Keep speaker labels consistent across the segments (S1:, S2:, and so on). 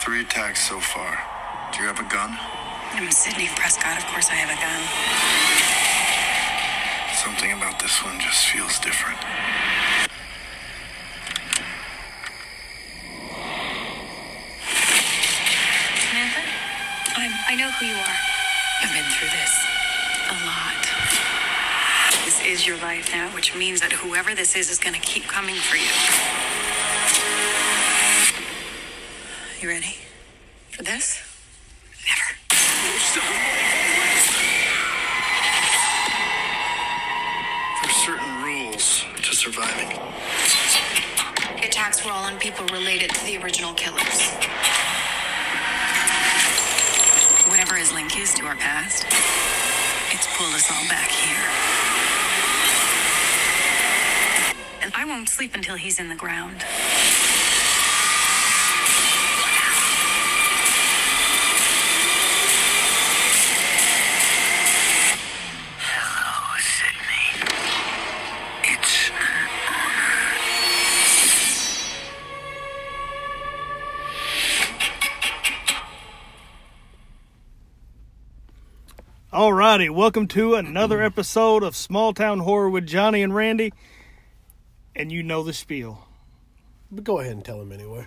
S1: Three attacks so far. Do you have a gun?
S2: I'm Sydney Prescott. Of course I have a gun.
S1: Something about this one just feels different.
S2: Samantha? I'm, I know who you are. I've been through this a lot. This is your life now, which means that whoever this is is going to keep coming for you. You ready for this? Never.
S1: There's certain rules to surviving.
S2: The attacks were all on people related to the original killers. Whatever his link is to our past, it's pulled us all back here. And I won't sleep until he's in the ground.
S1: Hello, Sydney. It's an honor.
S3: Alrighty, welcome to another episode of Small Town Horror with Johnny and Randy, and you know the spiel.
S4: But go ahead and tell him anyway.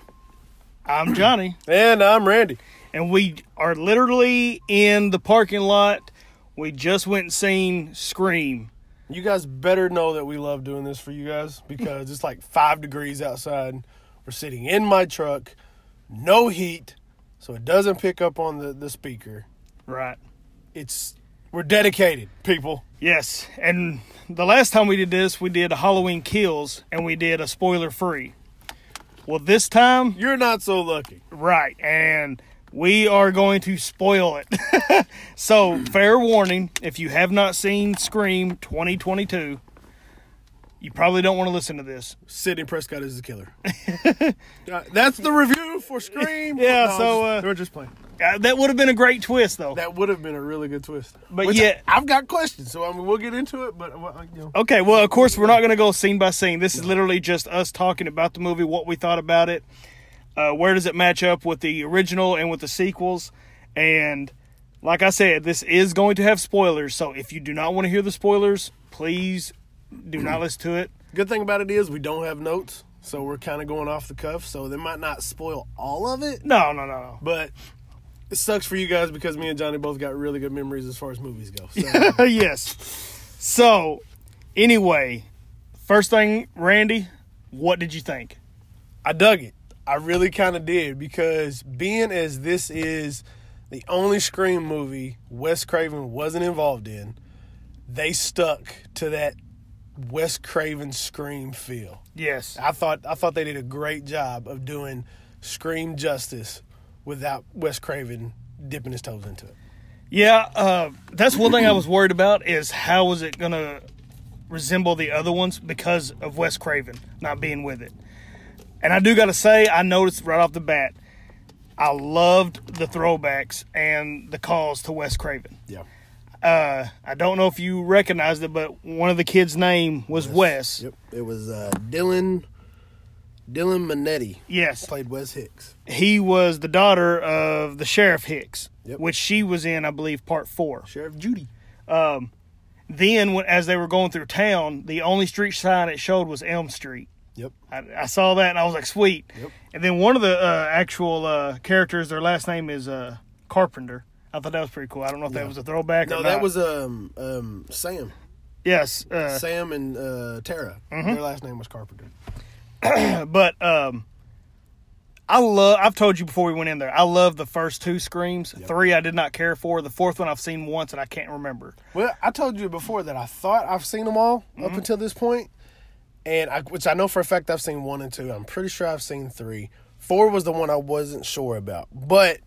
S3: I'm Johnny,
S4: And I'm Randy.
S3: and we are literally in the parking lot. We just went and seen Scream.
S4: You guys better know that we love doing this for you guys because it's like five degrees outside. We're sitting in my truck, no heat, so it doesn't pick up on the, the speaker.
S3: Right.
S4: It's we're dedicated, people.
S3: Yes, and the last time we did this, we did Halloween Kills, and we did a spoiler free. Well, this time,
S4: You're not so lucky.
S3: Right, and we are going to spoil it. so, fair warning if you have not seen Scream 2022, you probably don't want to listen to this.
S4: Sidney Prescott is the killer. Uh, That's the review for Scream.
S3: Yeah,
S4: I'm
S3: so,
S4: just-
S3: uh,
S4: we're just playing.
S3: Uh, that would have been a great twist, though.
S4: That would have been a really good twist.
S3: But
S4: Which
S3: yet-
S4: I, have got questions, so I mean, we'll get into it. But uh, you know,
S3: okay, well, of course, we're not going to go scene by scene. This is literally just us talking about the movie, what we thought about it, uh, where does it match up with the original and with the sequels. And like I said, this is going to have spoilers. So, if you do not want to hear the spoilers, please do not listen to it.
S4: Good thing about it is we don't have notes, so we're kind of going off the cuff. So they might not spoil all of it,
S3: No, no, no, no.
S4: but it sucks for you guys because me and Johnny both got really good memories as far as movies go. So
S3: yes. So, anyway, first thing, Randy, what did you think?
S4: I dug it. I really kind of did because being as this is the only Scream movie Wes Craven wasn't involved in, they stuck to that Wes Craven Scream feel.
S3: Yes.
S4: I thought I thought they did a great job of doing Scream justice without Wes Craven dipping his toes into it.
S3: Yeah, uh, that's one thing I was worried about is how was it going to resemble the other ones because of Wes Craven not being with it. And I do got to say, I noticed right off the bat, I loved the throwbacks and the calls to Wes Craven.
S4: Yeah.
S3: Uh, I don't know if you recognized it, but one of the kids' name was Wes.
S4: Yep. It was uh, Dylan Dylan Minetti
S3: Yes.
S4: played Wes Hicks.
S3: he was the daughter of the sheriff Hicks,
S4: Yep.
S3: which she was in, I believe, part four.
S4: Sheriff Judy.
S3: Then, when, as they were going through town, the only street sign it showed was Elm Street.
S4: Yep.
S3: I, I saw that and I was like, sweet.
S4: Yep.
S3: And then one of the uh, actual uh, characters, their last name is uh, Carpenter. I thought that was pretty cool. I don't know if that was a throwback.
S4: No,
S3: or
S4: that
S3: not.
S4: was um um Sam.
S3: yes. Uh,
S4: Sam and uh, Tara. Their last name was Carpenter.
S3: but um, I love. I've told you before we went in there. I love the first two screams. Three I did not care for. The fourth one I've seen once and I can't remember.
S4: Well, I told you before that I thought I've seen them all
S3: Mm-hmm.
S4: up until this point, and I, which I know for a fact I've seen one and two. I'm pretty sure I've seen three. Four was the one I wasn't sure about, but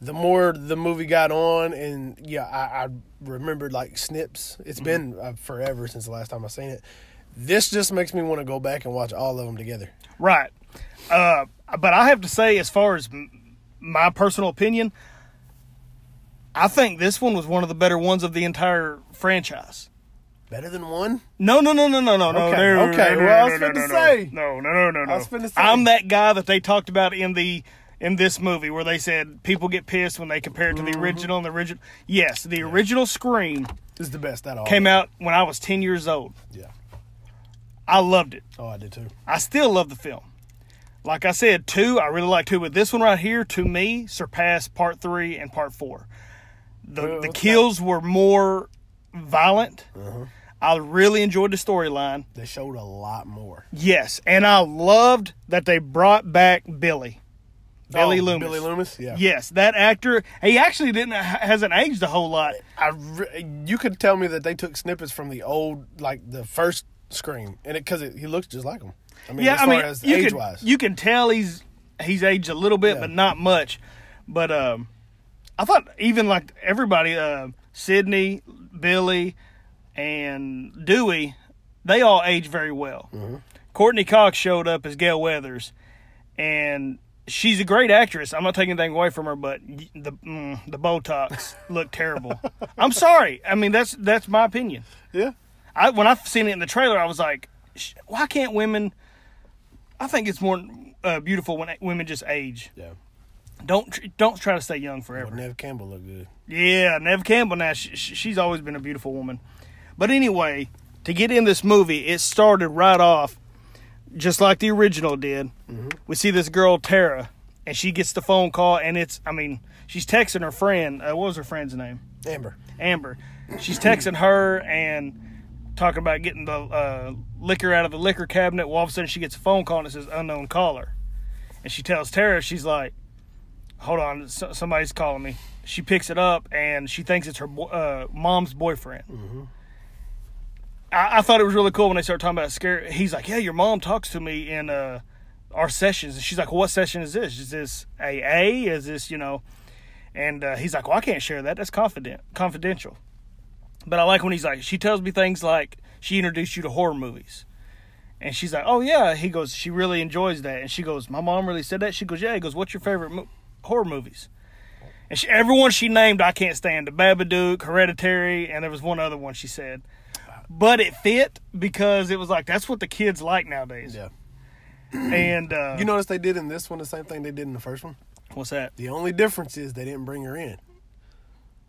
S4: the more the movie got on, and yeah, I, I remembered like snips. It's been
S3: Mm-hmm.
S4: uh, forever since the last time I seen it. This just makes me want to go back and watch all of them together.
S3: Right. Uh, but I have to say, as far as m- my personal opinion, I think this one was one of the better ones of the entire franchise.
S4: Better than one.
S3: No, no, no, no, no, no, no.
S4: Okay,
S3: no,
S4: okay,
S3: no,
S4: well, I was
S3: no, no,
S4: finna
S3: no, no.
S4: say.
S3: No, no, no, no, no.
S4: I was finna say.
S3: I'm that guy that they talked about in the in this movie where they said people get pissed when they compare it to
S4: Mm-hmm.
S3: the original and the original. Yes, the original Scream
S4: It's the best that all
S3: came out when I was 10 years old.
S4: Yeah.
S3: I loved it.
S4: Oh, I did too.
S3: I still love the film. Like I said, two, I really like two, but this one right here, to me, surpassed part three and part four. The
S4: Well,
S3: the
S4: it's
S3: kills were more violent.
S4: Uh-huh.
S3: I really enjoyed the storyline.
S4: They showed a lot more.
S3: Yes, and I loved that they brought back Billy, Billy
S4: Oh,
S3: Loomis.
S4: Billy Loomis. Yeah.
S3: Yes, that actor. He actually didn't hasn't aged a whole lot.
S4: I re- you could tell me that they took snippets from the old, like the first Scream, and it because it, he looks just like him. I mean,
S3: yeah,
S4: as
S3: I
S4: far
S3: mean,
S4: as
S3: you
S4: age
S3: can
S4: wise,
S3: you can tell he's he's aged a little bit,
S4: Yeah.
S3: but not much. But um, I thought even like everybody, uh, Sydney, Billy, and Dewey, they all age very well.
S4: Mm-hmm.
S3: Courtney Cox showed up as Gail Weathers, and she's a great actress. I'm not taking anything away from her, but y- the mm, the Botox looked terrible. I'm sorry. I mean, that's that's my opinion.
S4: yeah,
S3: I when I seen it in the trailer, I was like, "Sh- why can't women? I think it's more uh, beautiful when women just age.
S4: yeah.
S3: Don't tr- don't try to stay young forever.
S4: But Nev Campbell looked good.
S3: Yeah, Nev Campbell. Now she, she- she's always been a beautiful woman, but anyway, to get in this movie, it started right off, just like the original did. We see this girl Tara, and she gets the phone call, and it's I mean she's texting her friend. Uh, what was her friend's name?
S4: Amber.
S3: Amber. She's texting her and talking about getting the uh, liquor out of the liquor cabinet. Well, all of a sudden she gets a phone call and it says unknown caller, and she tells Tara she's like, "Hold on, s- somebody's calling me." She picks it up and she thinks it's her bo- uh, mom's boyfriend. Mm-hmm. I-, I thought it was really cool when they started talking about scare. He's like, "Yeah, your mom talks to me in uh, our sessions," and she's like, well, "What session is this? Is this AA? Is this you know?" And uh, he's like, "Well, I can't share that. That's confident, confidential." But I like when he's like, she tells me things like she introduced you to horror movies, and she's like, "Oh yeah." He goes, "She really enjoys that," and she goes, "My mom really said that." She goes, "Yeah." He goes, "What's your favorite mo- horror movies?" And she, everyone she named, I can't stand. The Babadook, Hereditary, and there was one other one she said, but it fit because it was like that's what the kids like nowadays.
S4: Yeah.
S3: And uh,
S4: You notice they did in this one the same thing they did in the first one.
S3: what's that?
S4: The only difference is they didn't bring her in.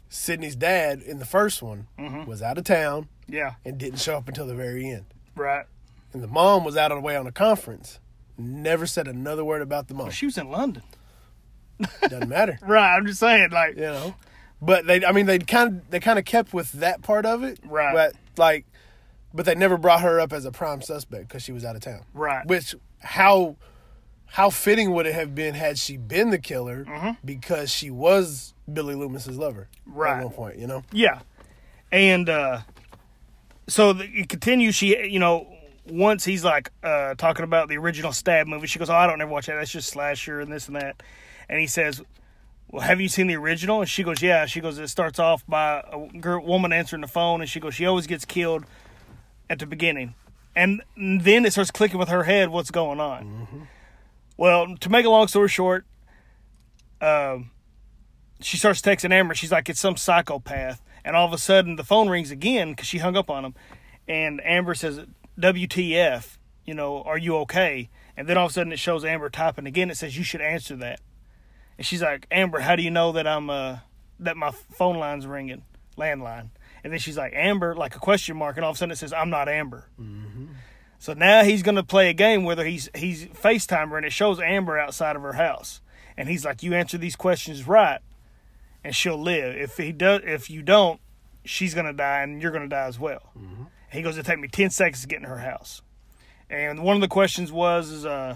S4: Sydney's dad in the first one
S3: Mm-hmm.
S4: was out of town
S3: Yeah,
S4: and didn't show up until the very end.
S3: right.
S4: And the mom was out of the way on a conference. Never said another word about the mom.
S3: She was in London.
S4: Doesn't matter.
S3: Right. I'm just saying, like,
S4: you know. But they, I mean, they kind of they kind of kept with that part of it,
S3: Right.
S4: But like, but they never brought her up as a prime suspect because she was out of town,
S3: Right.
S4: Which how how fitting would it have been had she been the killer
S3: Mm-hmm.
S4: because she was Billy Loomis's lover,
S3: Right.
S4: At one point, you know,
S3: Yeah, and uh, so the, it continues. She, you know, once he's like uh, talking about the original stab movie, she goes, "Oh, I don't ever watch that. That's just slasher and this and that." And he says, "Well, have you seen the original?" And she goes, "Yeah." She goes, "It starts off by a girl, woman answering the phone, and she goes, she always gets killed at the beginning." And then it starts clicking with her head what's going on. Well, to make a long story short, she starts texting Amber. She's like, it's some psychopath. And all of a sudden, the phone rings again because she hung up on him. And Amber says, WTF, you know, are you okay? And then all of a sudden, it shows Amber typing again. It says, you should answer that. And she's like, Amber, how do you know that I'm, uh, that my phone line's ringing, landline? And then she's like, Amber, like a question mark. And all of a sudden, it says, I'm not Amber. So now he's going to play a game whether he's he's FaceTime her and it shows Amber outside of her house. And he's like, you answer these questions right and she'll live. If he does, if you don't, she's gonna die, and you're gonna die as well.
S4: Mm-hmm.
S3: He goes, "It take me ten seconds to get in her house." And one of the questions was, is, uh,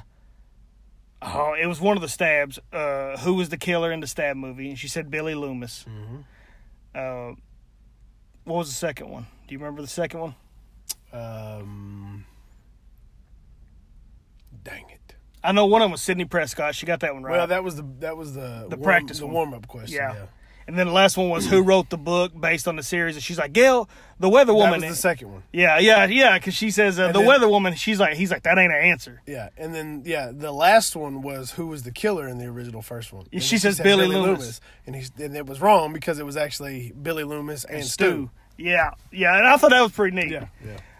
S3: oh, it was one of the stabs. Uh, who was the killer in the stab movie? And she said Billy Loomis.
S4: Mm-hmm.
S3: Uh, what was the second one? Do you remember the second one?
S4: um, dang it.
S3: I know one of them was Sidney Prescott. She got that one right.
S4: Well, that was the that was the
S3: The practice
S4: the
S3: one.
S4: warm up question. Yeah,
S3: yeah. And then the last one was who wrote the book based on the series, and she's like, "Gail, the Weather Woman."
S4: that was the second one.
S3: Yeah, yeah, yeah. Because she says uh, the
S4: then-
S3: weather woman. She's like, he's like, that ain't an answer.
S4: Yeah, and then yeah, the last one was who was the killer in the original first one. And
S3: she
S4: then
S3: says Billy Loomis.
S4: and he's and it was wrong because it was actually Billy Loomis and, Stu.
S3: Yeah, yeah. And I thought that was pretty neat.
S4: yeah,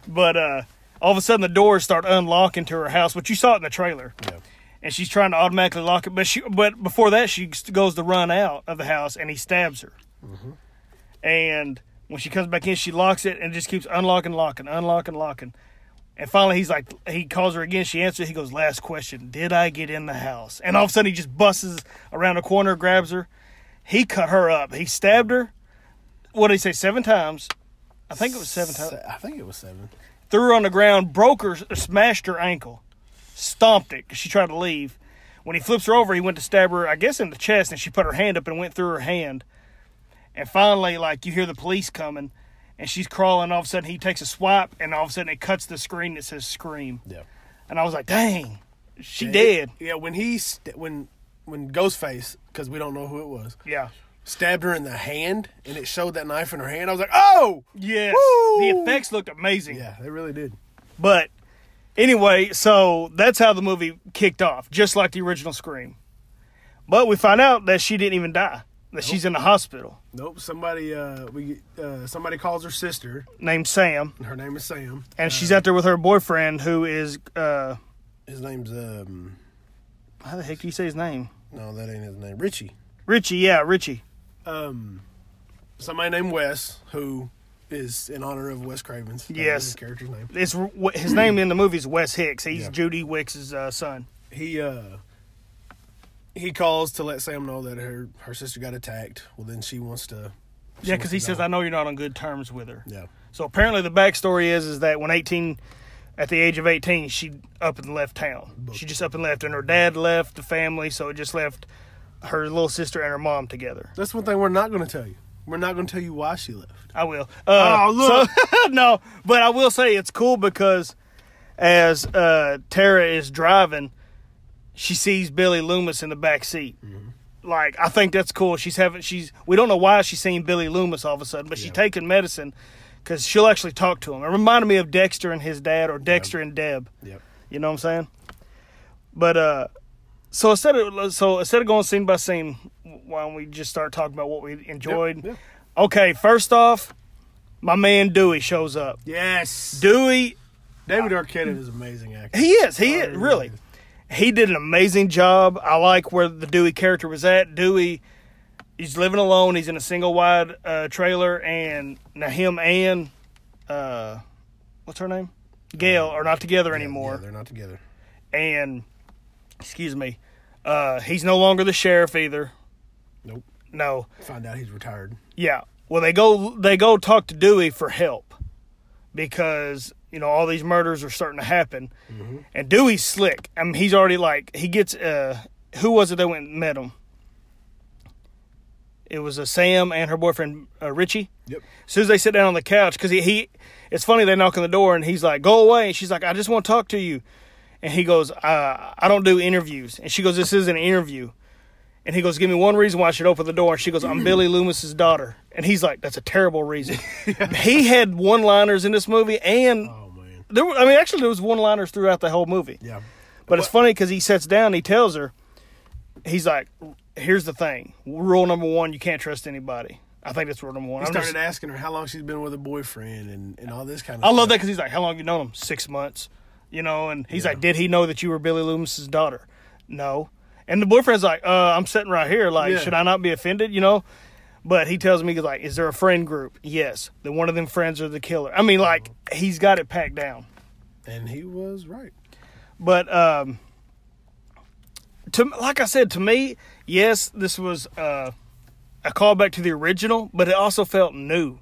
S3: But uh, all of a sudden, the doors start unlocking to her house, which you saw it in the trailer.
S4: yeah.
S3: and she's trying to automatically lock it. But she, but before that, she goes to run out of the house, and he stabs her. And when she comes back in, she locks it and just keeps unlocking, locking, unlocking, locking. And finally, he's like, he calls her again. She answers. He goes, "Last question: Did I get in the house?" And all of a sudden, he just busts around a corner, grabs her. He cut her up. He stabbed her. What did he say? Seven times. I think it was seven times
S4: Se- I think it was seven.
S3: threw her on the ground, broke her, smashed her ankle, stomped it 'cause she tried to leave. When he flips her over, he went to stab her, I guess, in the chest, and she put her hand up and went through her hand. And finally, like, you hear the police coming, and she's crawling. All of a sudden, he takes a swipe, and all of a sudden, it cuts the screen that says scream.
S4: Yeah.
S3: And I was like, dang, she
S4: It-
S3: dead.
S4: yeah, when he st- when when Ghostface, because we don't know who it was,
S3: Yeah.
S4: stabbed her in the hand, and it showed that knife in her hand. I was like, oh,
S3: Yes.
S4: Woo!
S3: The effects looked amazing.
S4: yeah, they really did.
S3: But anyway, so that's how the movie kicked off, just like the original Scream. But we find out that she didn't even die, that she's in the hospital
S4: Nope, somebody uh we uh somebody calls her sister.
S3: named Sam,
S4: Her name is Sam.
S3: and she's out there with her boyfriend who is, uh,
S4: His name's um
S3: how the heck do you say his name?
S4: no, that ain't his name. Richie.
S3: Richie, yeah, Richie.
S4: Somebody named Wes, who is in honor of Wes Craven's. That was
S3: Yes.
S4: his character's name.
S3: It's wh- his name in the movie is Wes Hicks. He's
S4: Yeah.
S3: Judy Wicks's uh, son.
S4: he uh he calls to let Sam know that her her sister got attacked. Well, then she wants to.
S3: Yeah, because he says, "I know you're not on good terms with her."
S4: Yeah,
S3: So apparently, the backstory is is that when eighteen, at the age of eighteen, she up and left town. She just up and left, and her dad left the family, so it just left her little sister and her mom together.
S4: that's one thing we're not going to tell you. We're not going to tell you why she left.
S3: I will. Uh,
S4: Oh, look.
S3: so- no, but I will say it's cool because as uh, Tara is driving, she sees Billy Loomis in the back seat.
S4: Mm-hmm.
S3: Like I think that's cool. She's having she's we don't know why she's seeing Billy Loomis all of a sudden, but she's taking medicine because she'll actually talk to him. It reminded me of Dexter and his dad, or Dexter and Deb.
S4: Yep.
S3: You know what I'm saying? But uh, so instead of so instead of going scene by scene, why don't we just start talking about what we enjoyed?
S4: yeah.
S3: Okay, first off, my man Dewey shows up.
S4: Yes.
S3: Dewey,
S4: David Arquette is an amazing actor.
S3: he is, he is really. He did an amazing job. I like where the Dewey character was at. Dewey, he's living alone. He's in a single wide uh, trailer, and now him and uh, what's her name, Gail, are not together anymore
S4: Yeah, they're not together.
S3: and excuse me, uh, he's no longer the sheriff either.
S4: Nope.
S3: No,
S4: Find out he's retired.
S3: yeah. Well, they go they go talk to Dewey for help because you know all these murders are starting to happen, and Dewey's slick. I mean, he's already like he gets uh, who was it that went and met him? It was uh, Sam and her boyfriend uh, Richie.
S4: Yep.
S3: As soon as they sit down on the couch, because he, he, it's funny they knock on the door and he's like, "Go away," and she's like, "I just want to talk to you," and he goes, uh, "I don't do interviews," and she goes, "This is an interview," and he goes, "Give me one reason why I should open the door," and she goes, "I'm Billy Loomis's daughter," and he's like, "That's a terrible reason." he had one-liners in this movie, and
S4: Oh man.
S3: there, were, I mean, actually, there was one-liners throughout the whole movie.
S4: Yeah.
S3: But it's funny because he sits down, he tells her, he's like, "Here's the thing. Rule number one: you can't trust anybody." I think that's rule number one.
S4: He
S3: I'm
S4: started
S3: just-
S4: asking her how long she's been with her boyfriend and, and all this kind of.
S3: I
S4: stuff.
S3: love that because he's like, "How long you known him? Six months." You know, and he's like, "Did he know that you were Billy Loomis's daughter?" No. And the boyfriend's like, uh, "I'm sitting right here. Like,
S4: Yeah.
S3: should I not be offended?" You know. But he tells me, he's like, "Is there a friend group?" Yes. Then one of them friends are the killer. I mean, like, he's got it packed down.
S4: And he was right.
S3: But um, to like I said, to me, yes, this was uh, a callback to the original, but it also felt new.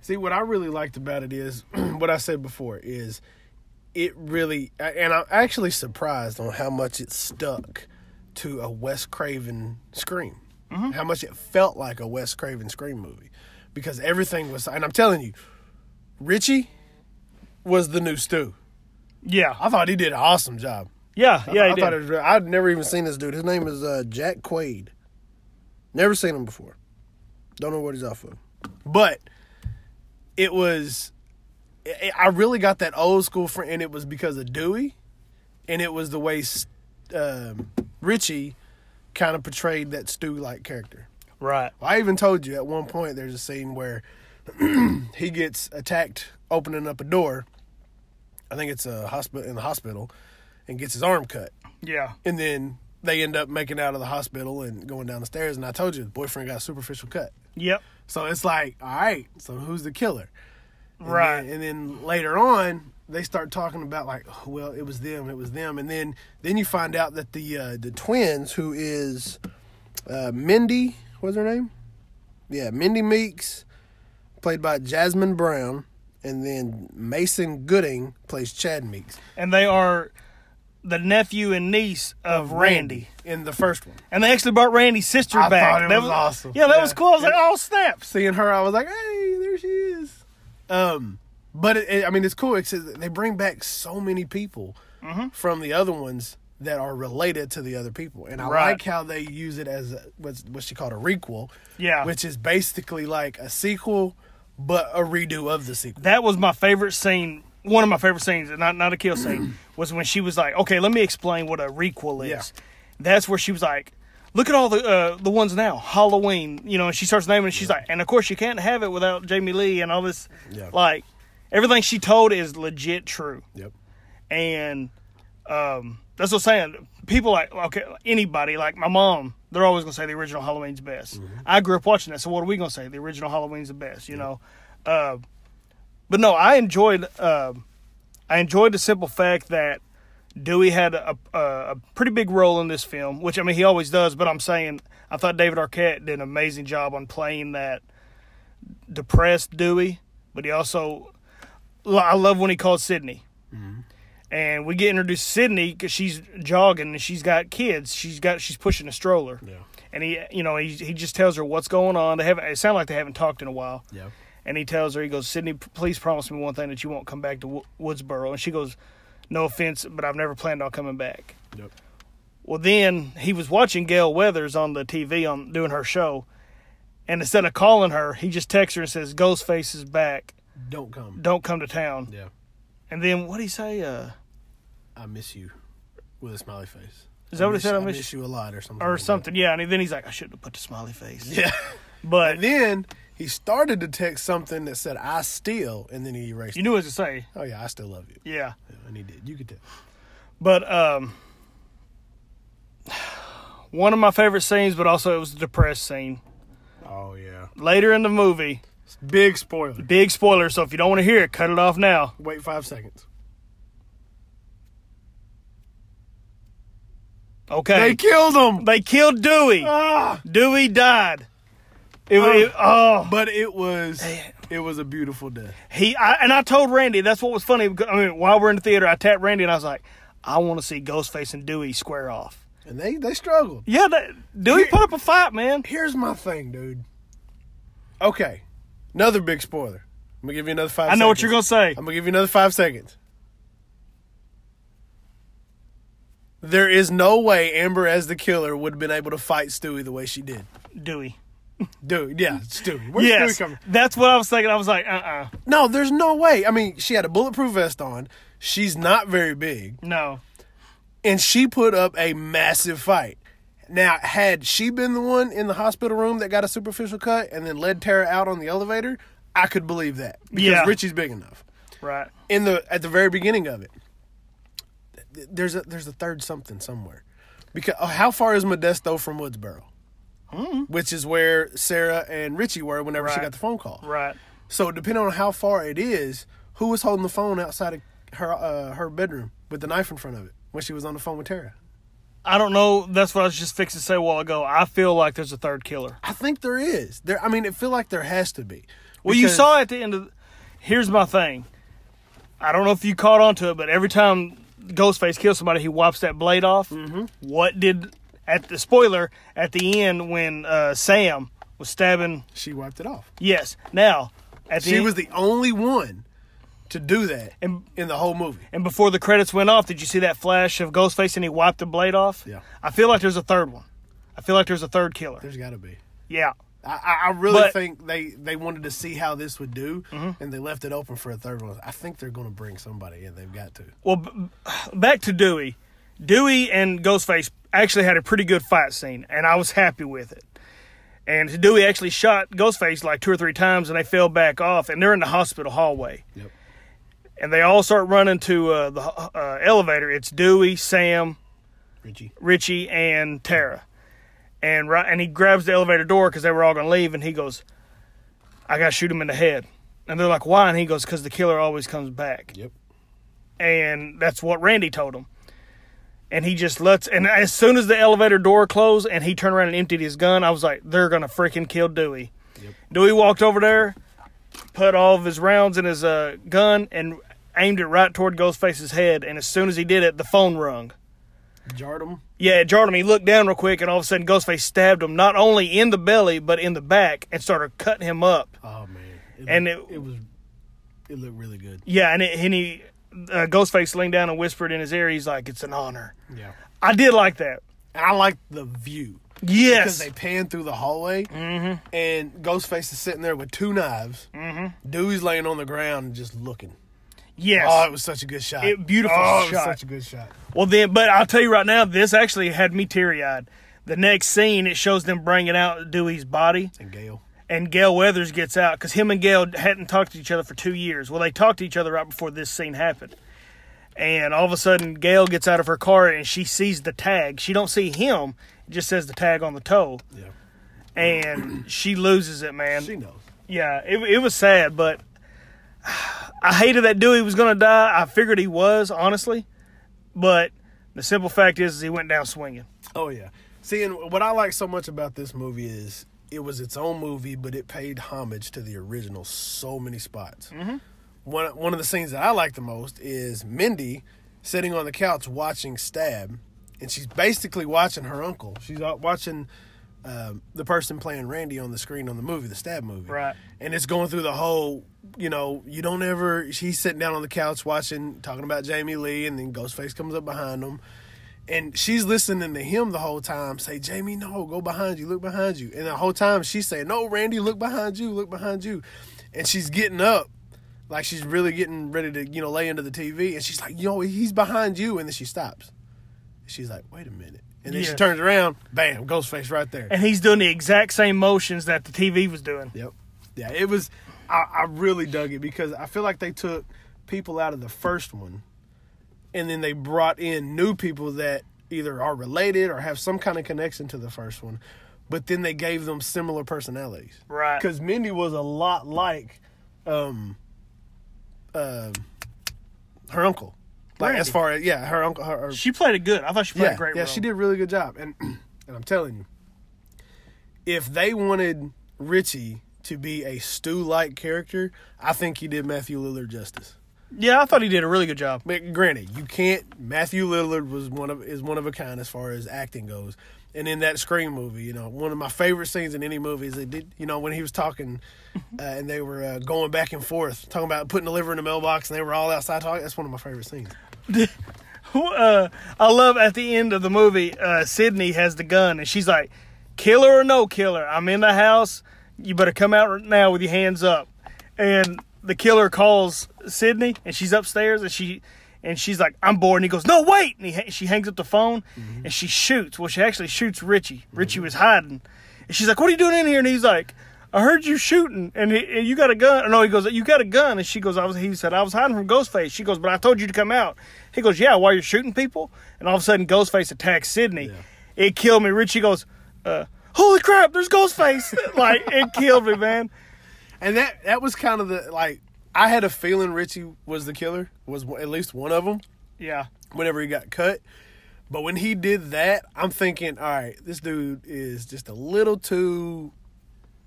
S4: See, what I really liked about it is what I said before is it really, and I'm actually surprised on how much it stuck to a Wes Craven scream, how much it felt like a Wes Craven scream movie, because everything was. And I'm telling you, Richie was the new Stu.
S3: Yeah,
S4: I thought he did an awesome job.
S3: yeah, yeah.
S4: I,
S3: he did.
S4: thought it was, re- I'd never even seen this dude. His name is uh, Jack Quaid. Never seen him before. Don't know what he's off of. But it was, i I really got that old school friend, and it was because of Dewey, and it was the way S- um, Richie kind of portrayed that Stu like character.
S3: right.
S4: I even told you at one point there's a scene where he gets attacked opening up a door. I think it's a hospital in the hospital, and gets his arm cut.
S3: Yeah.
S4: and then they end up making out of the hospital and going down the stairs. And I told you, the boyfriend got a superficial cut.
S3: Yep.
S4: So it's like, all right, so who's the killer? And
S3: Right.
S4: then- and then later on, they start talking about like, oh, well, it was them, it was them, and then then you find out that the uh, the twins, who is uh, Mindy, what's her name? Yeah, Mindy Meeks, played by Jasmine Brown, and then Mason Gooding plays Chad Meeks
S3: And they are the nephew and niece of Randy.
S4: in the first one.
S3: And they actually brought Randy's sister
S4: I
S3: back.
S4: thought it
S3: that
S4: was awesome.
S3: Yeah, that
S4: Yeah.
S3: was cool. I was like, oh snaps.
S4: seeing her, I was like, "Hey, there she is." Um, but it, it- I mean, it's cool. It's they bring back so many people
S3: Mm-hmm.
S4: from the other ones that are related to the other people, and I
S3: Right.
S4: like how they use it as a, what's what she called a requel.
S3: Yeah.
S4: which is basically like a sequel, but a redo of the sequel.
S3: That was my favorite scene. One of my favorite scenes, not not a kill scene, was when she was like, "Okay, let me explain what a requel is."
S4: Yeah.
S3: That's where she was like, "Look at all the uh, the ones now, Halloween." You know, and she starts naming. And she's like, "And of course, you can't have it without Jamie Lee and all this."
S4: Yeah.
S3: Like, everything she told is legit true.
S4: Yep.
S3: and um, that's what I'm saying. People like okay, anybody like my mom, they're always gonna say the original Halloween's best. I grew up watching that, so what are we gonna say? The original Halloween's the best, you know. Uh, but no, I enjoyed. um I enjoyed the simple fact that Dewey had a, a, a pretty big role in this film, which I mean he always does. But I'm saying I thought David Arquette did an amazing job on playing that depressed Dewey, but he also I love when he called Sydney
S4: Mm-hmm.
S3: and we get introduced to Sydney because she's jogging and she's got kids. She's got she's pushing a stroller.
S4: Yeah.
S3: And he, you know, he he just tells her what's going on. They haven't. It sounds like they haven't talked in a while.
S4: Yeah.
S3: And he tells her, he goes, Sydney, p- please promise me one thing that you won't come back to Wo- Woodsboro. And she goes, No offense, but I've never planned on coming back.
S4: Yep.
S3: Well, then he was watching Gail Weathers on the TV on doing her show, and instead of calling her, he just texts her and says, "Ghostface is back.
S4: Don't come.
S3: Don't come to town."
S4: Yeah,
S3: And then what would he say? Uh,
S4: I miss you with a smiley face.
S3: Is that what he said?
S4: I
S3: I miss
S4: miss you a lot, or something.
S3: or
S4: like that.
S3: something. Yeah, and then he's like, I shouldn't have put the smiley face.
S4: Yeah.
S3: But
S4: And then he started to text something that said "I still," and then he erased.
S3: you knew what to say.
S4: Oh yeah, I still love you.
S3: Yeah.
S4: And he did. You could tell.
S3: But um one of my favorite scenes, but also it was the depressed scene.
S4: Oh yeah.
S3: Later in the movie,
S4: Big spoiler.
S3: big spoiler, so if you don't want to hear it, cut it off now.
S4: Wait five seconds.
S3: Okay.
S4: They killed him.
S3: They killed Dewey.
S4: Ah!
S3: Dewey died. It, was it, oh,
S4: But it was it was a beautiful death.
S3: he I, and I told Randy that's what was funny. because- I mean, while we're in the theater, I tapped Randy and I was like, "I want to see Ghostface and Dewey square off."
S4: And they they struggled.
S3: Yeah, that, Dewey put up a fight, man.
S4: Here's my thing, dude. Okay. Another big spoiler. I'm gonna give you another
S3: I
S4: five seconds.
S3: know what you're gonna say.
S4: I'm gonna give you another five seconds. There is no way Amber as the killer would have been able to fight Stewie the way she did.
S3: Dewey.
S4: Dude, yeah, Stewie. Where's
S3: Yes,
S4: Stewie coming? from?
S3: that's what I was thinking. I was like, uh, uh
S4: No, there's no way. I mean, she had a bulletproof vest on. She's not very big.
S3: no,
S4: and she put up a massive fight. Now, had she been the one in the hospital room that got a superficial cut and then led Tara out on the elevator, I could believe that because
S3: Yeah.
S4: Richie's big enough.
S3: right?
S4: In the at the very beginning of it, th- there's a there's a third something somewhere. Because oh, how far is Modesto from Woodsboro? Which is where Sarah and Richie were whenever she
S3: Hmm. Right.
S4: got the phone call.
S3: Right.
S4: So depending on how far it is, who was holding the phone outside of her uh, her bedroom with the knife in front of it when she was on the phone with Tara?
S3: I don't know. That's what I was just fixing to say a while ago. I feel like there's a third killer.
S4: I think there is. There, I mean, it feel like there has to be.
S3: Well, you
S4: Because-
S3: saw at the end of. Here's my thing. I don't know if you caught on to it, but every time Ghostface kills somebody, he wipes that blade off. Mm-hmm. What did at the spoiler at the end when uh, Sam was stabbing?
S4: she wiped it off.
S3: Yes. Now at the
S4: She
S3: end-
S4: was the only one to do that
S3: And-
S4: in the whole movie.
S3: and before the credits went off, did you see that flash of Ghostface and he wiped the blade off?
S4: Yeah.
S3: I feel like there's a third one. I feel like there's a third killer.
S4: There's got to be.
S3: Yeah.
S4: I, I I really
S3: But- Mm-hmm.
S4: think they, they wanted to see how this would do, and they left it open for a third one. I think they're going to bring somebody in. They've got to.
S3: Well, b- back to Dewey. Dewey and Ghostface actually had a pretty good fight scene, and I was happy with it. And Dewey actually shot Ghostface like two or three times, and they fell back off, and they're in the hospital hallway.
S4: Yep.
S3: And they all start running to uh, the uh, elevator. It's Dewey, Sam,
S4: Richie.
S3: Richie and Tara. And right and he grabs the elevator door because they were all gonna leave and he goes, I gotta shoot him in the head. And they're like, Why? And he goes, Cause the killer always comes back.
S4: Yep.
S3: And that's what Randy told him. And he just lets and as soon as the elevator door closed and he turned around and emptied his gun, I was like, They're gonna freaking kill Dewey. Dewey walked over there, put all of his rounds in his uh, gun and aimed it right toward Ghostface's head, and as soon as he did it, the phone rung.
S4: Jarred him.
S3: Yeah, it jarred him. He looked down real quick, and all of a sudden, Ghostface stabbed him not only in the belly but in the back, and started cutting him up.
S4: Oh man. It
S3: And
S4: looked-
S3: it-
S4: it was it looked really good.
S3: Yeah, and, it, and he, uh, Ghostface, leaned down and whispered in his ear, "He's like, it's an honor."
S4: Yeah.
S3: I did like that.
S4: And I like the view. Because
S3: Yes, Mm-hmm.
S4: they pan through the hallway, and Ghostface is sitting there with two knives. Mm-hmm. Dewey's laying on the ground and just looking.
S3: yes.
S4: Oh, it was such a good shot.
S3: It- beautiful
S4: oh, It was
S3: shot.
S4: such a good shot.
S3: Well, then, but I'll tell you right now, this actually had me teary-eyed. The next scene, it shows them bringing out Dewey's body.
S4: And Gale.
S3: and Gail Weathers gets out because him and Gail hadn't talked to each other for two years. Well, they talked to each other right before this scene happened, and all of a sudden Gail gets out of her car and she sees the tag. She don't see him; it just says the tag on the toe,
S4: Yeah.
S3: and she loses it, man.
S4: She knows.
S3: yeah, it it was sad, but I hated that Dewey was gonna die. I figured he was, honestly, but the simple fact is, is he went down swinging.
S4: Oh yeah. See, and what I like so much about this movie is it was its own movie, but it paid homage to the original so many spots. Mm-hmm. One one of the scenes that I like the most is Mindy sitting on the couch watching Stab, and she's basically watching her uncle. She's out watching. Um, the person playing Randy on the screen on the movie, the stab movie,
S3: Right.
S4: And it's going through the whole, you know, you don't ever. She's sitting down on the couch watching, talking about Jamie Lee, and then Ghostface comes up behind them, and she's listening to him the whole time say, Jamie, no, go behind you, look behind you. And the whole time she's saying, No, Randy, look behind you, look behind you. And she's getting up, like she's really getting ready to, you know, lay into the TV. And she's like, Yo, he's behind you. And then she stops. She's like, Wait a minute. And then she
S3: Yeah.
S4: turns around, bam, Ghostface right there.
S3: And he's doing the exact same motions that the TV was doing.
S4: Yep. Yeah, it was. I, I really dug it because I feel like they took people out of the first one, and then they brought in new people that either are related or have some kind of connection to the first one, but then they gave them similar personalities.
S3: Right.
S4: Because Mindy was a lot like, um, uh, her uncle. Like as
S3: Randy.
S4: far as yeah, her uncle, her, her
S3: She played it good. I thought she played
S4: yeah,
S3: a great
S4: yeah,
S3: role.
S4: she did a really good job. And and I'm telling you, if they wanted Richie to be a Stu like character, I think he did Matthew Lillard justice.
S3: Yeah, I thought he did a really good job.
S4: But granted, you can't. Matthew Lillard was one of is one of a kind as far as acting goes. And in that Scream movie, you know, one of my favorite scenes in any movie is they did, you know, when he was talking, uh, and they were uh, going back and forth talking about putting the liver in the mailbox, and they were all outside talking. That's one of my favorite scenes.
S3: Uh, I love at the end of the movie, uh, Sydney has the gun and she's like, "Killer or no killer, I'm in the house. You better come out right now with your hands up." And the killer calls Sydney, and she's upstairs, and she and she's like, "I'm bored." And he goes, "No, wait!" And he, ha- she hangs up the phone, and she shoots. Well, she actually shoots Richie. Richie was hiding, and she's like, "What are you doing in here?" And he's like. I heard you shooting, and, he, and you got a gun. Or no, he goes, you got a gun, and she goes. I was. He said, I was hiding from Ghostface. She goes, but I told you to come out. He goes, yeah, while you're shooting people, and all of a sudden, Ghostface attacks Sydney. It killed me. Richie goes, uh, holy crap, there's Ghostface! like it killed me, man.
S4: And that that was kind of the like I had a feeling Richie was the killer, was w- at least one of them.
S3: Yeah,
S4: Whenever he got cut, but when he did that, I'm thinking, all right, this dude is just a little too,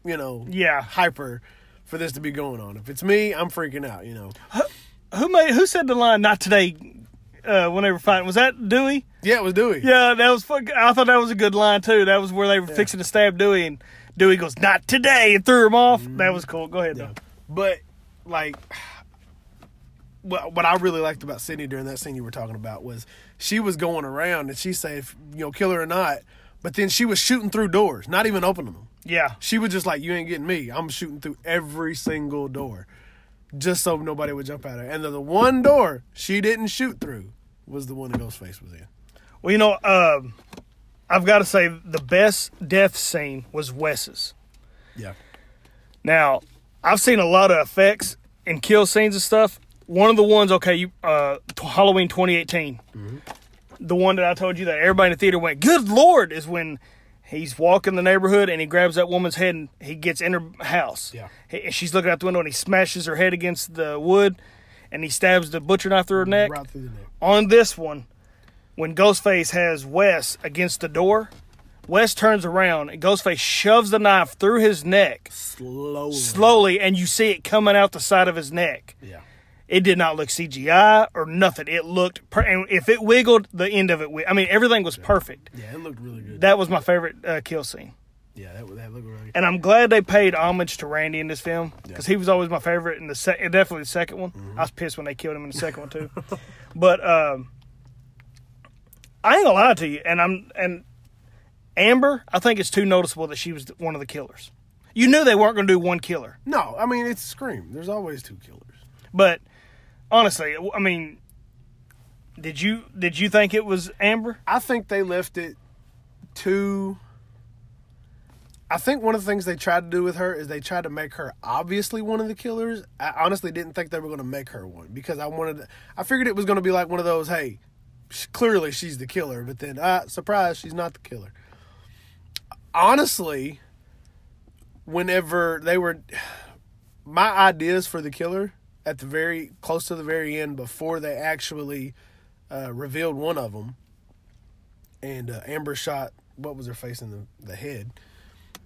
S4: you know,
S3: Yeah.
S4: hyper for this to be going on. If it's me, I'm freaking out, you know.
S3: who made? Who said the line? Not today. Uh, when they were fighting, was that Dewey?
S4: Yeah, it was Dewey.
S3: Yeah, that was. Fuck, I thought that was a good line too. That was where they were fixing to stab Dewey, and Dewey goes, not today, and threw him off. That was cool. Go ahead. though.
S4: But like what what I really liked about Sydney during that scene you were talking about was she was going around and she said, if, you know, kill her or not, but then she was shooting through doors, not even opening them.
S3: Yeah.
S4: She was just like, "You ain't getting me. I'm shooting through every single door, just so nobody would jump at her." And the, the one door she didn't shoot through was the one that Ghostface was in.
S3: Well, you know, um, I've got to say the best death scene was Wes's.
S4: Yeah,
S3: Now, I've seen a lot of effects and kill scenes and stuff. One of the ones, okay, you, uh, t- Halloween 2018. the one that I told you that everybody in the theater went, "Good lord!" is when he's walking the neighborhood and he grabs that woman's head and he gets in her house.
S4: Yeah.
S3: He- and she's looking out the window and he smashes her head against the wood, and he stabs the butcher knife through her neck.
S4: Right through the neck.
S3: On this one, when Ghostface has Wes against the door, Wes turns around and Ghostface shoves the knife through his neck
S4: Slowly.
S3: slowly, and you see it coming out the side of his neck.
S4: yeah.
S3: It did not look CGI or nothing. It looked, per- and if it wiggled, the end of it. wi- I mean, everything was perfect.
S4: Yeah, it looked really good.
S3: That was my favorite uh, kill scene,
S4: yeah, that, that looked really
S3: and I'm glad they paid homage to Randy in this film because he was always my favorite in the sec- definitely the second one. I was pissed when they killed him in the second one too, but um, I ain't gonna lie to you, and I'm and Amber, I think it's too noticeable that she was one of the killers. You knew they weren't gonna do one killer.
S4: No, I mean, it's Scream. There's always two killers.
S3: But honestly, I mean, did you did you think it was Amber?
S4: I think they left it to. I think one of the things they tried to do with her is they tried to make her obviously one of the killers. I honestly didn't think they were going to make her one because I wanted. I figured it was going to be like one of those, hey, sh- clearly she's the killer, but then, ah, surprise, she's not the killer. Honestly, whenever they were. My ideas for the killer at the very close to the very end before they actually uh, revealed one of them and uh, Amber shot what was her face in the, the head.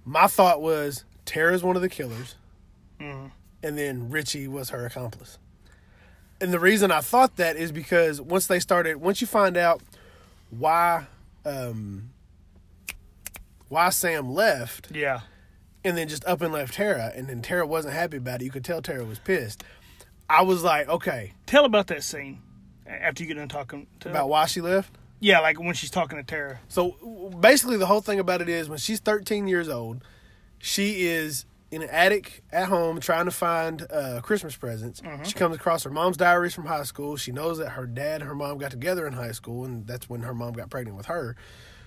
S4: My thought was Tara's one of the killers, and then Richie was her accomplice. And the reason I thought that is because once they started, once you find out why um, why Sam left,
S3: Yeah,
S4: and then just up and left Tara, and then Tara wasn't happy about it. You could tell Tara was pissed. I was like, okay,
S3: tell about that scene a- after you get done talking to,
S4: about why she left.
S3: Yeah, like when she's talking to Tara.
S4: So w- basically, the whole thing about it is when she's 13 years old, she is in an attic at home trying to find uh, Christmas presents. She comes across her mom's diaries from high school. She knows that her dad and her mom got together in high school, and that's when her mom got pregnant with her.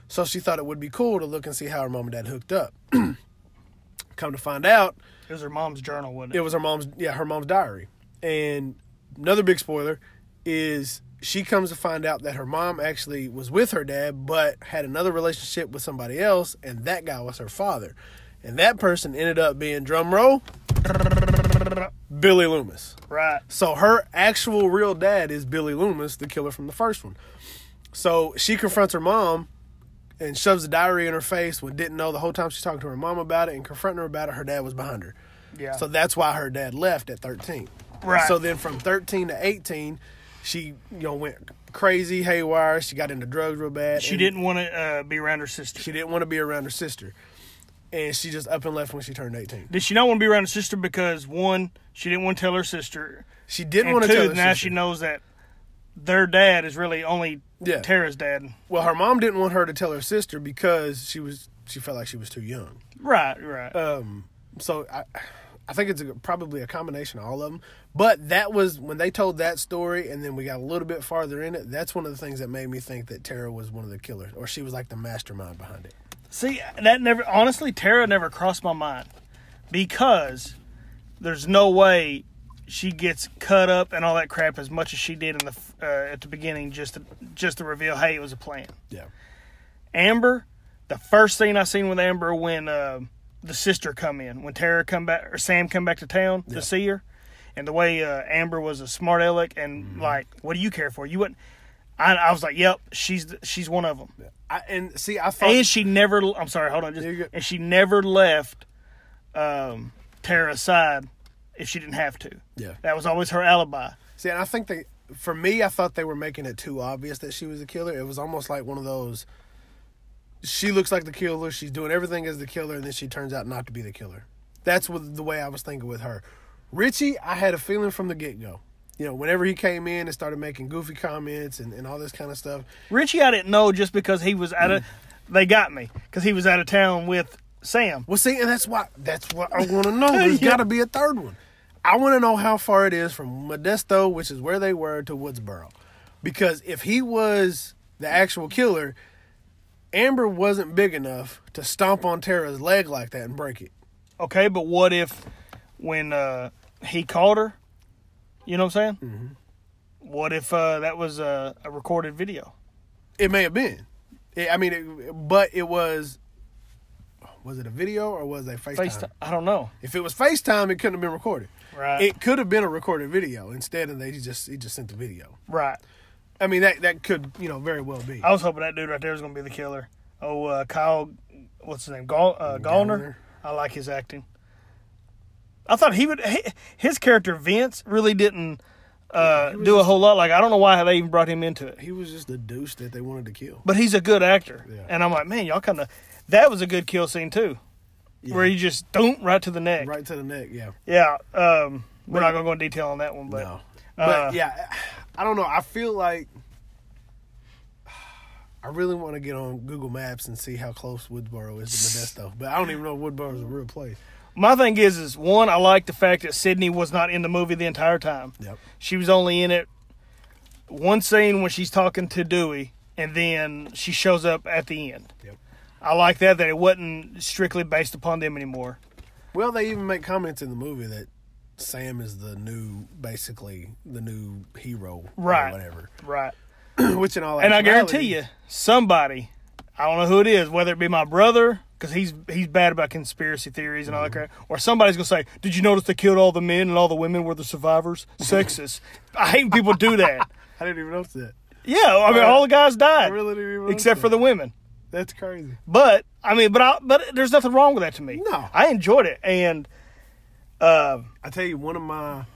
S4: So she thought it would be cool to look and see how her mom and dad hooked up. Come to find out,
S3: It was her mom's journal, wasn't it?
S4: it was her mom's yeah her mom's diary and another big spoiler is she comes to find out that her mom actually was with her dad but had another relationship with somebody else and that guy was her father and that person ended up being drum roll billy loomis
S3: Right.
S4: so her actual real dad is Billy Loomis, the killer from the first one. So she confronts her mom and shoves the diary in her face when didn't know the whole time she's talking to her mom about it and confronting her about it, her dad was behind her.
S3: Yeah.
S4: So that's why her dad left at thirteen.
S3: Right.
S4: So then from thirteen to eighteen, she you know went crazy haywire. She got into drugs real bad.
S3: She
S4: and
S3: didn't want to uh, be around her sister.
S4: She didn't want to be around her sister, and she just up and left when she turned eighteen.
S3: Did she not want to be around her sister because one, she didn't want to tell her sister,
S4: She didn't
S3: and
S4: want to tell
S3: two,
S4: her
S3: now
S4: sister.
S3: she knows that their dad is really only
S4: Yeah.
S3: Tara's dad.
S4: Well, her mom didn't want her to tell her sister because she was she felt like she was too young.
S3: Right. Right. Uh,
S4: So I I think it's a, probably a combination of all of them. But that was when they told that story, and then we got a little bit farther in it. That's one of the things that made me think that Tara was one of the killers, or she was like the mastermind behind it.
S3: See, that never honestly, Tara never crossed my mind because there's no way she gets cut up and all that crap as much as she did in the f- uh, at the beginning just to, just to reveal, hey, it was a plan.
S4: Yeah,
S3: Amber, the first thing I seen with Amber when uh, the sister come in, when Tara come back or Sam come back to town to see her, and the way uh, Amber was a smart aleck and
S4: Mm-hmm.
S3: like, what do you care for? You wouldn't. I, I was like, yep, she's the, she's one of them
S4: I, and see, I thought
S3: and she never i'm sorry hold on
S4: You're
S3: just
S4: good.
S3: and she never left um tara's side if she didn't have to
S4: Yeah.
S3: that was always her alibi
S4: see, and I think they for me, I thought they were making it too obvious that she was the killer. It was almost like one of those. She looks like the killer. She's doing everything as the killer, and then she turns out not to be the killer. That's what the way I was thinking with her. Richie, I had a feeling from the get go. You know, whenever he came in and started making goofy comments and, and all this kind of stuff,
S3: richie i didn't know just because he was
S4: Mm.
S3: out of they got me because he was out of town with sam
S4: Well, see, and that's why that's what I want to know. There's
S3: Yeah.
S4: got to be a third one. I want to know how far it is from Modesto, which is where they were, to Woodsboro, because if he was the actual killer, Amber wasn't big enough to stomp on Tara's leg like that and break it.
S3: okay but what if when uh he called her you know what i'm saying what if uh that was a, a recorded video
S4: It may have been. It, I mean, it, but it was. Was it a video or was it FaceTime?
S3: FaceTime. I don't know.
S4: If it was FaceTime, it couldn't have been recorded.
S3: Right.
S4: It could have been a recorded video. Instead, and they just he just sent the video.
S3: Right.
S4: I mean, that that could you know very well be.
S3: I was hoping that dude right there was going to be the killer. Oh, uh, Kyle, what's his name? Gall, uh, Gallner.
S4: Gallner.
S3: I like his acting. I thought he would. He, his character Vince really didn't uh, do a whole lot. Like I don't know why they even brought him into it.
S4: He was just the deuce that they wanted to kill.
S3: but he's a good actor.
S4: Yeah.
S3: And I'm like, man, y'all kind of. That was a good kill scene too, where you just don't right to the neck.
S4: Right to the neck. Yeah.
S3: Yeah. Um, we're not gonna go in detail on that one, but
S4: No.
S3: Uh,
S4: But yeah, I don't know. I feel like I really want to get on Google Maps and see how close Woodsboro is to Modesto. But I don't even know if Woodsboro is a real place.
S3: my thing is, is one, I like the fact that Sydney was not in the movie the entire time.
S4: Yep.
S3: She was only in it one scene when she's talking to Dewey, and then she shows up at the end.
S4: Yep.
S3: I like that that it wasn't strictly based upon them anymore.
S4: Well, they even make comments in the movie that Sam is the new, basically the new hero,
S3: Right.
S4: Or whatever.
S3: Right.
S4: Which in all,
S3: And I
S4: actuality-
S3: guarantee you, somebody, I don't know who it is, whether it be my brother, because he's he's bad about conspiracy theories and all that
S4: Mm-hmm.
S3: crap, or somebody's gonna say, "Did you notice they killed all the men and all the women were the survivors?" Sexist. I hate when people do that.
S4: I didn't even notice that.
S3: Yeah, I mean, all the guys died,
S4: really didn't even
S3: except
S4: notice
S3: for the women.
S4: That's crazy.
S3: But I mean, but I, but there's nothing wrong with that to me.
S4: No.
S3: I enjoyed it, and um,
S4: I tell you, one of my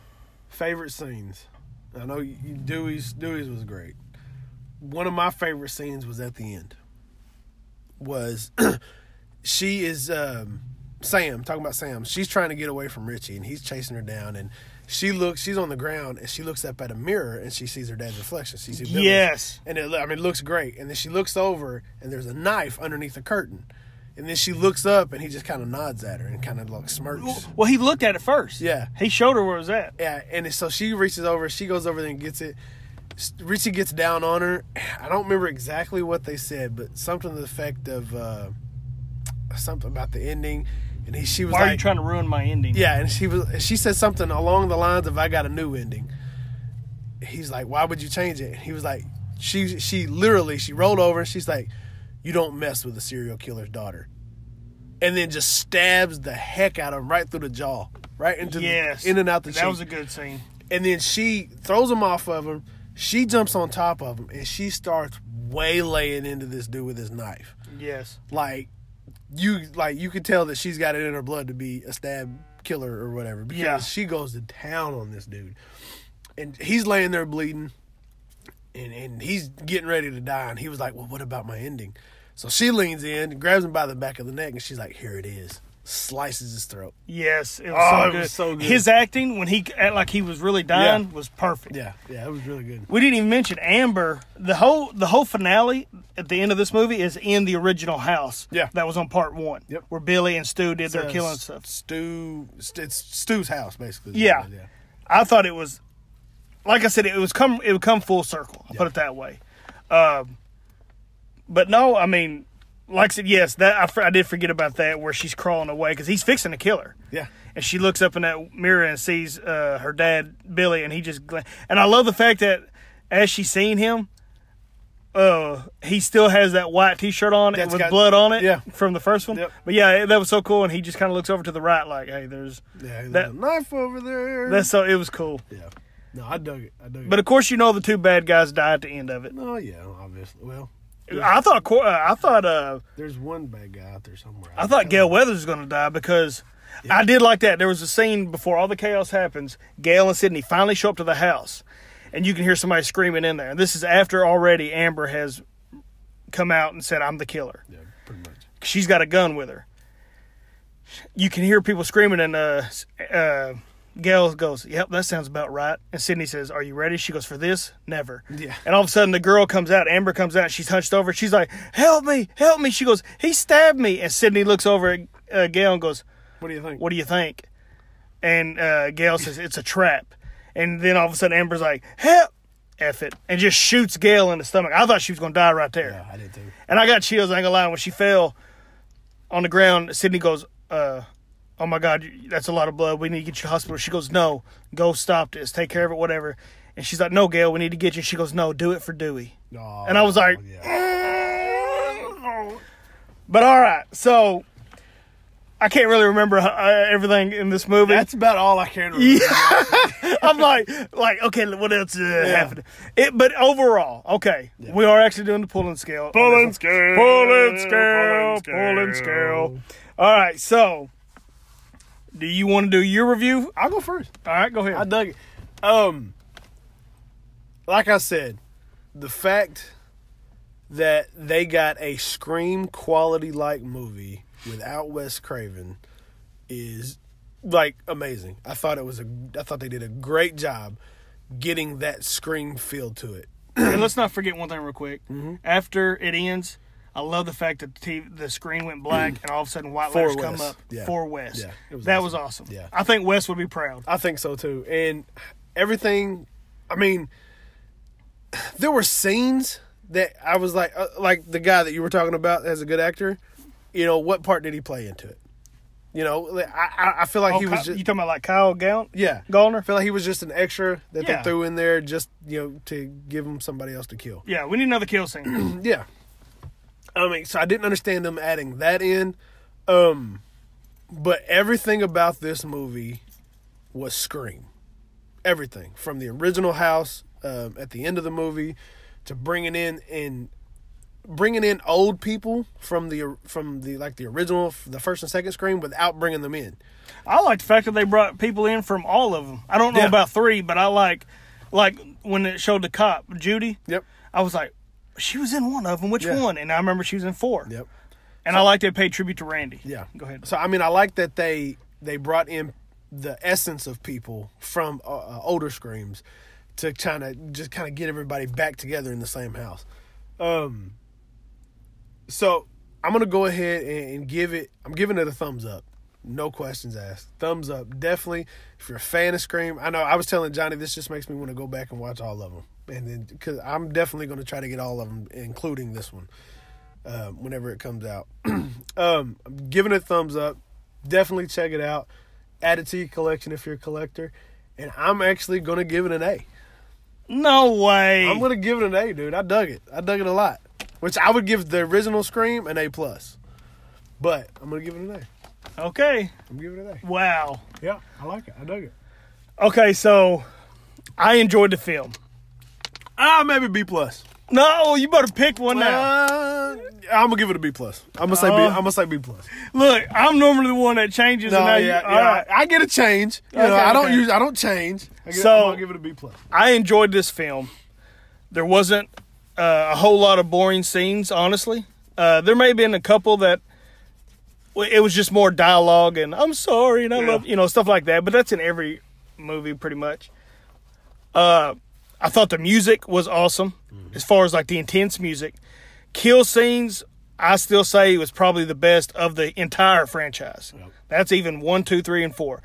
S4: favorite scenes. I know you, you- Dewey's Dewey's was great. One of my favorite scenes was at the end. Was she is um, Sam talking about Sam? She's trying to get away from Richie, and he's chasing her down. And she looks, she's on the ground, and she looks up at a mirror, and she sees her dad's reflection. She sees Billy's.
S3: Yes.
S4: and it, lo- I mean, it looks great. And then she looks over, and there's a knife underneath the curtain. And then she looks up, and he just kind of nods at her and kind of like smirks.
S3: well, he looked at it first.
S4: Yeah.
S3: he showed her where it was at.
S4: Yeah, and so she reaches over, she goes over there and gets it. S- Richie gets down on her. I don't remember exactly what they said, but something to the effect of uh, something about the ending. And he, she was
S3: Why
S4: like,
S3: are you trying to ruin my ending?
S4: "Yeah," and she was, she said something along the lines of, "I got a new ending." He's like, "Why would you change it?" He was like, "She, she literally, she rolled over and she's like, you don't mess with a serial killer's daughter," and then just stabs the heck out of him right through the jaw, right into
S3: Yes.
S4: the, in and out the
S3: That
S4: cheek
S3: was a good scene.
S4: and then she throws him off of him. She jumps on top of him and she starts waylaying into this dude with his knife.
S3: Yes.
S4: Like you, like you could tell that she's got it in her blood to be a stab killer or whatever because
S3: Yeah.
S4: she goes to town on this dude, and he's laying there bleeding, and and he's getting ready to die. And he was like, "Well, what about my ending?" So she leans in, grabs him by the back of the neck, and she's like, "Here it is." Slices his throat.
S3: Yes, it was,
S4: Oh,
S3: so,
S4: it
S3: good.
S4: was so good.
S3: His acting when he act like he was really dying was perfect.
S4: Yeah, yeah, it was really good.
S3: We didn't even mention Amber. The whole the whole finale at the end of this movie is in the original house.
S4: Yeah.
S3: that was on part one.
S4: Yep.
S3: where Billy and Stu did their
S4: Uh,
S3: killing stuff.
S4: Stu, it's Stu's house basically.
S3: Yeah. I thought it was, like I said, it was come it would come full circle. I'll Put it that way. Um, but no, I mean, like I said, yes, that I, fr- I did forget about that where she's crawling away because he's fixing to kill her.
S4: Yeah.
S3: and she looks up in that mirror and sees uh, her dad Billy, and he just gla- and I love the fact that as she's seeing him, uh, he still has that white T-shirt on
S4: That's
S3: with
S4: got-
S3: blood on it
S4: yeah.
S3: from the first one.
S4: Yep.
S3: But yeah, that was so cool, and he just kind of looks over to the right like, "Hey, there's
S4: Yeah, there's a
S3: that."
S4: knife over there.
S3: That's so it was cool.
S4: yeah. No, I dug it. I dug
S3: But
S4: it.
S3: of course, you know the two bad guys die at the end of it.
S4: No, yeah, obviously. Well,
S3: I thought Cor- uh, I thought uh,
S4: there's one bad guy out there somewhere.
S3: I thought Gail Weathers was going to die because I did like that. There was a scene before all the chaos happens. Gail and Sydney finally show up to the house, and you can hear somebody screaming in there. And this is after already Amber has come out and said, "I'm the killer."
S4: Yeah, pretty much.
S3: She's got a gun with her. You can hear people screaming, and uh, s- uh, Gail goes, "Yep, that sounds about right." And Sydney says, "Are you ready?" She goes, "For this, never."
S4: Yeah.
S3: And all of a sudden, the girl comes out. Amber comes out. She's hunched over. She's like, "Help me! Help me!" She goes, "He stabbed me!" And Sydney looks over at uh, Gail and goes,
S4: What do you think?
S3: "What do you think?" And uh, Gail says, "It's a trap." And then all of a sudden, Amber's like, "Help!" F it, and just shoots Gail in the stomach. I thought she was gonna die right there.
S4: yeah, I did too.
S3: And I got chills. I ain't gonna lie. When she fell on the ground, Sydney goes, uh, "Oh my God, you- that's a lot of blood. We need to get you to the hospital." She goes, "No, go stop this. Take care of it. Whatever." And she's like, "No, Gail, we need to get you." She goes, "No, do it for Dewey."
S4: Oh,
S3: And I was like,
S4: yeah.
S3: But all right, so I can't really remember uh, everything in this movie.
S4: that's about all I can remember.
S3: I'm like, like, okay, what else uh, happened? It, but overall, okay, we are actually doing the pulling scale. Pulling
S4: scale,
S3: pulling scale,
S4: pulling scale.
S3: pulling scale. All right, so do you want to do your review?
S4: I'll go first.
S3: All right, go ahead.
S4: I dug it. Um, like I said, the fact that they got a scream quality like movie without Wes Craven is like amazing. I thought it was a. I thought they did a great job getting that scream feel to it.
S3: and let's not forget one thing real quick.
S4: Mm-hmm.
S3: After it ends, I love the fact that the, TV, the screen went black and all of a sudden white
S4: For
S3: letters come
S4: Wes.
S3: up
S4: Yeah.
S3: for Wes.
S4: Yeah, it was
S3: that
S4: awesome.
S3: was awesome.
S4: Yeah.
S3: I think Wes would be proud.
S4: I think so too. And everything, I mean, there were scenes that I was like, uh, like the guy that you were talking about as a good actor. You know, what part did he play into it? You know, like, I I- I feel like
S3: Oh,
S4: he
S3: Ky-
S4: was
S3: you
S4: just
S3: talking about like Kyle Gaunt?
S4: yeah. I
S3: Gallner?
S4: feel like he was just an extra that
S3: Yeah.
S4: they threw in there just you know to give him somebody else to kill.
S3: Yeah, we need another kill scene.
S4: Yeah. I mean, so I didn't understand them adding that in. Um but everything about this movie was Scream. Everything from the original house um, at the end of the movie to bringing in and bringing in old people from the from the like the original the first and second Scream without bringing them in.
S3: I like the fact that they brought people in from all of them. I don't know
S4: Yeah.
S3: about three, but I like, like when it showed the cop Judy.
S4: Yep.
S3: I was like, she was in one of them. Which
S4: Yeah.
S3: one? And I remember she was in four.
S4: Yep.
S3: And I like they paid tribute to Randy.
S4: Yeah.
S3: Go ahead.
S4: So I mean, I like that they they brought in the essence of people from uh, uh, older screams to kind of just kind of get everybody back together in the same house. Um. So I'm gonna go ahead and, and give it. I'm giving it a thumbs up. No questions asked. Thumbs up, definitely. If you're a fan of Scream, I know I was telling Johnny this just makes me want to go back and watch all of them, and then because I'm definitely going to try to get all of them, including this one um, whenever it comes out. um, I'm giving it a thumbs up. Definitely check it out. Add it to your collection if you're a collector. And I'm actually gonna give it an A.
S3: No way.
S4: I'm gonna give it an A, dude. I dug it. I dug it a lot. Which I would give the original Scream an A plus. But I'm gonna give it an A.
S3: okay.
S4: I'm giving it an A.
S3: Wow.
S4: Yeah, I like it. I dug it.
S3: Okay, so I enjoyed the film.
S4: Ah, maybe B plus.
S3: No, you better pick one now.
S4: Uh, I'm gonna give it a B plus. I'm gonna say B.
S3: Oh.
S4: I'm gonna say B plus.
S3: Look, I'm normally the one that changes. and
S4: No,
S3: now
S4: yeah,
S3: you-
S4: yeah,
S3: all right.
S4: I get a change. You know,
S3: Okay,
S4: I don't
S3: okay.
S4: use. I don't change. I get,
S3: So-
S4: I'm gonna give it a B plus.
S3: I enjoyed this film. There wasn't uh, a whole lot of boring scenes, honestly. Uh, there may have been a couple that well, it was just more dialogue and I'm sorry and I
S4: Yeah.
S3: love you know stuff like that. But that's in every movie pretty much. Uh, I thought the music was awesome as far as like the intense music. Kill scenes, I still say was probably the best of the entire franchise. That's even one, two, three, and four.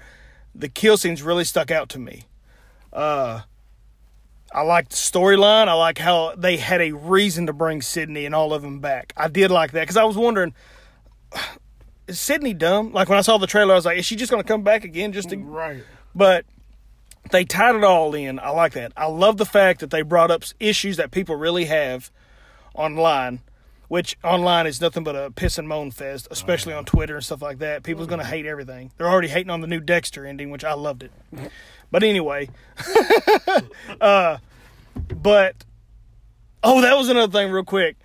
S3: The kill scenes really stuck out to me. Uh, I liked the storyline. I like how they had a reason to bring Sydney and all of them back. I did like that because I was wondering, is Sydney dumb? Like when I saw the trailer, I was like, is she just going to come back again? Just to...
S4: Right.
S3: but they tied it all in. I like that. I love the fact that they brought up issues that people really have online, which online is nothing but a piss and moan fest, especially on Twitter and stuff like that. People's going to hate everything. They're already hating on the new Dexter ending, which I loved it. But anyway, uh, but oh, that was another thing, real quick.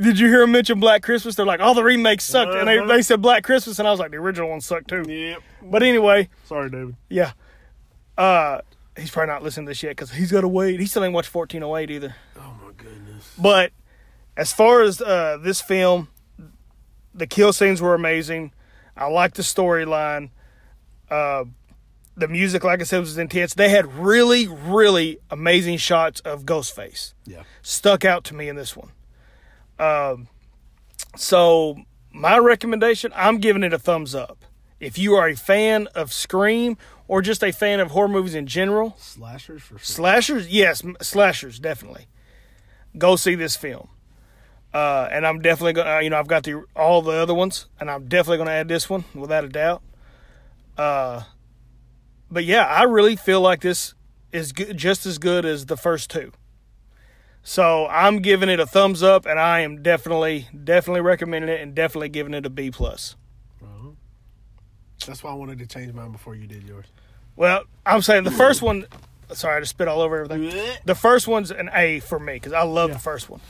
S3: Did you hear him mention Black Christmas? They're like, all the remakes sucked, and they, they said Black Christmas, and I was like, the original one sucked too.
S4: Yep.
S3: But anyway,
S4: Sorry, David.
S3: yeah. Uh, he's probably not listening to this yet because he's got to wait. He still ain't watched 1408 either.
S4: Oh my goodness.
S3: But as far as uh, this film, the kill scenes were amazing. I liked the storyline. Uh, the music, like I said, was intense. They had really, really amazing shots of Ghostface.
S4: Yeah.
S3: Stuck out to me in this one. Um, so my recommendation, I'm giving it a thumbs up. If you are a fan of Scream or just a fan of horror movies in general,
S4: Slashers for sure.
S3: Slashers, yes, m- slashers definitely. Go see this film, uh, and I'm definitely gonna. uh, You know, I've got the all the other ones, and I'm definitely gonna add this one without a doubt. Uh, but yeah, I really feel like this is g- just as good as the first two. So I'm giving it a thumbs up, and I am definitely, definitely recommending it, and definitely giving it a B plus.
S4: That's why I wanted to change mine before you did yours.
S3: Well, I'm saying the first one. Sorry, I just spit all over everything.
S4: Blech.
S3: The first one's an A for me because I love the first one,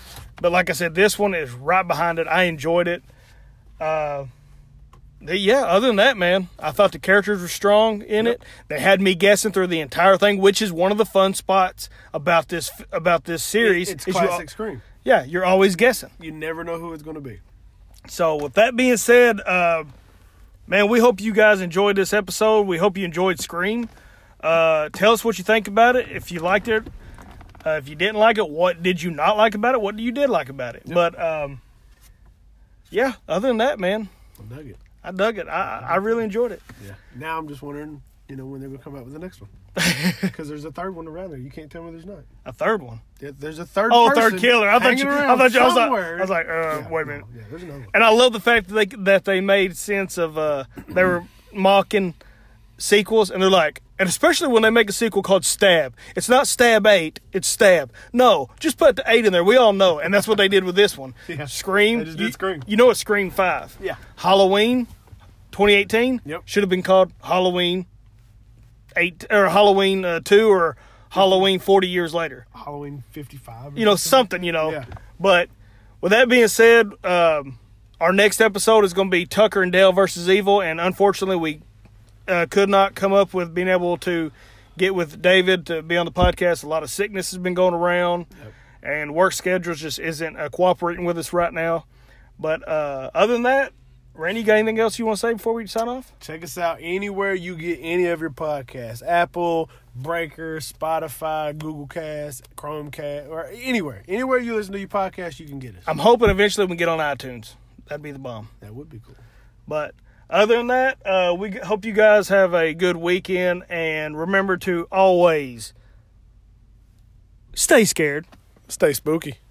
S3: but like I said, this one is right behind it. I enjoyed it. Uh, yeah. Other than that, man, I thought the characters were strong in it. They had me guessing through the entire thing, which is one of the fun spots about this about this series.
S4: It's
S3: is you al-
S4: classic Scream.
S3: yeah, you're always guessing.
S4: You never know who it's going to be.
S3: So, with that being said, uh, man, we hope you guys enjoyed this episode. We hope you enjoyed Scream. Uh, tell us what you think about it. If you liked it, uh, if you didn't like it, what did you not like about it? What you did like about it? But um, yeah, other than that, man,
S4: I dug it.
S3: I dug it. I, I I really enjoyed it.
S4: Yeah. Now I'm just wondering, you know, when they're going to come out with the next one. Because there's a third one around there. You can't tell me there's not.
S3: A third one.
S4: There- There's a third.
S3: Oh,
S4: person
S3: third killer. I thought
S4: hanging
S3: you. I
S4: around
S3: thought you. I was like,
S4: somewhere.
S3: I was like, uh,
S4: Yeah,
S3: wait a
S4: no,
S3: minute.
S4: Yeah, there's another one.
S3: And I love the fact that they that they made sense of uh they were mocking sequels and they're like and especially when they make a sequel called Stab. It's not Stab 8, it's Stab. No, just put the 8 in there. We all know. And that's what they did with this one.
S4: Yeah.
S3: Scream.
S4: They just did
S3: you,
S4: Scream.
S3: You know it's Scream 5.
S4: Yeah.
S3: Halloween 2018
S4: Yep.
S3: should have been called Halloween 8 or Halloween uh, 2 or Halloween 40 years later
S4: Halloween 55. or
S3: you know something you know
S4: Yeah.
S3: but with that being said um, our next episode is going to be tucker and dale versus evil and unfortunately we uh, could not come up with being able to get with david to be on the podcast a lot of sickness has been going around and work schedules just isn't uh, cooperating with us right now but uh, other than that randy you got anything else you want to say before we sign off
S4: Check us out anywhere you get any of your podcasts Apple, Breaker, Spotify, Google Cast, Chromecast, or anywhere. Anywhere you listen to your podcast, you can get us.
S3: i'm hoping eventually we get on itunes that'd be the bomb
S4: That would be cool.
S3: But other than that, uh, we g- hope you guys have a good weekend and remember to always stay scared.
S4: Stay spooky.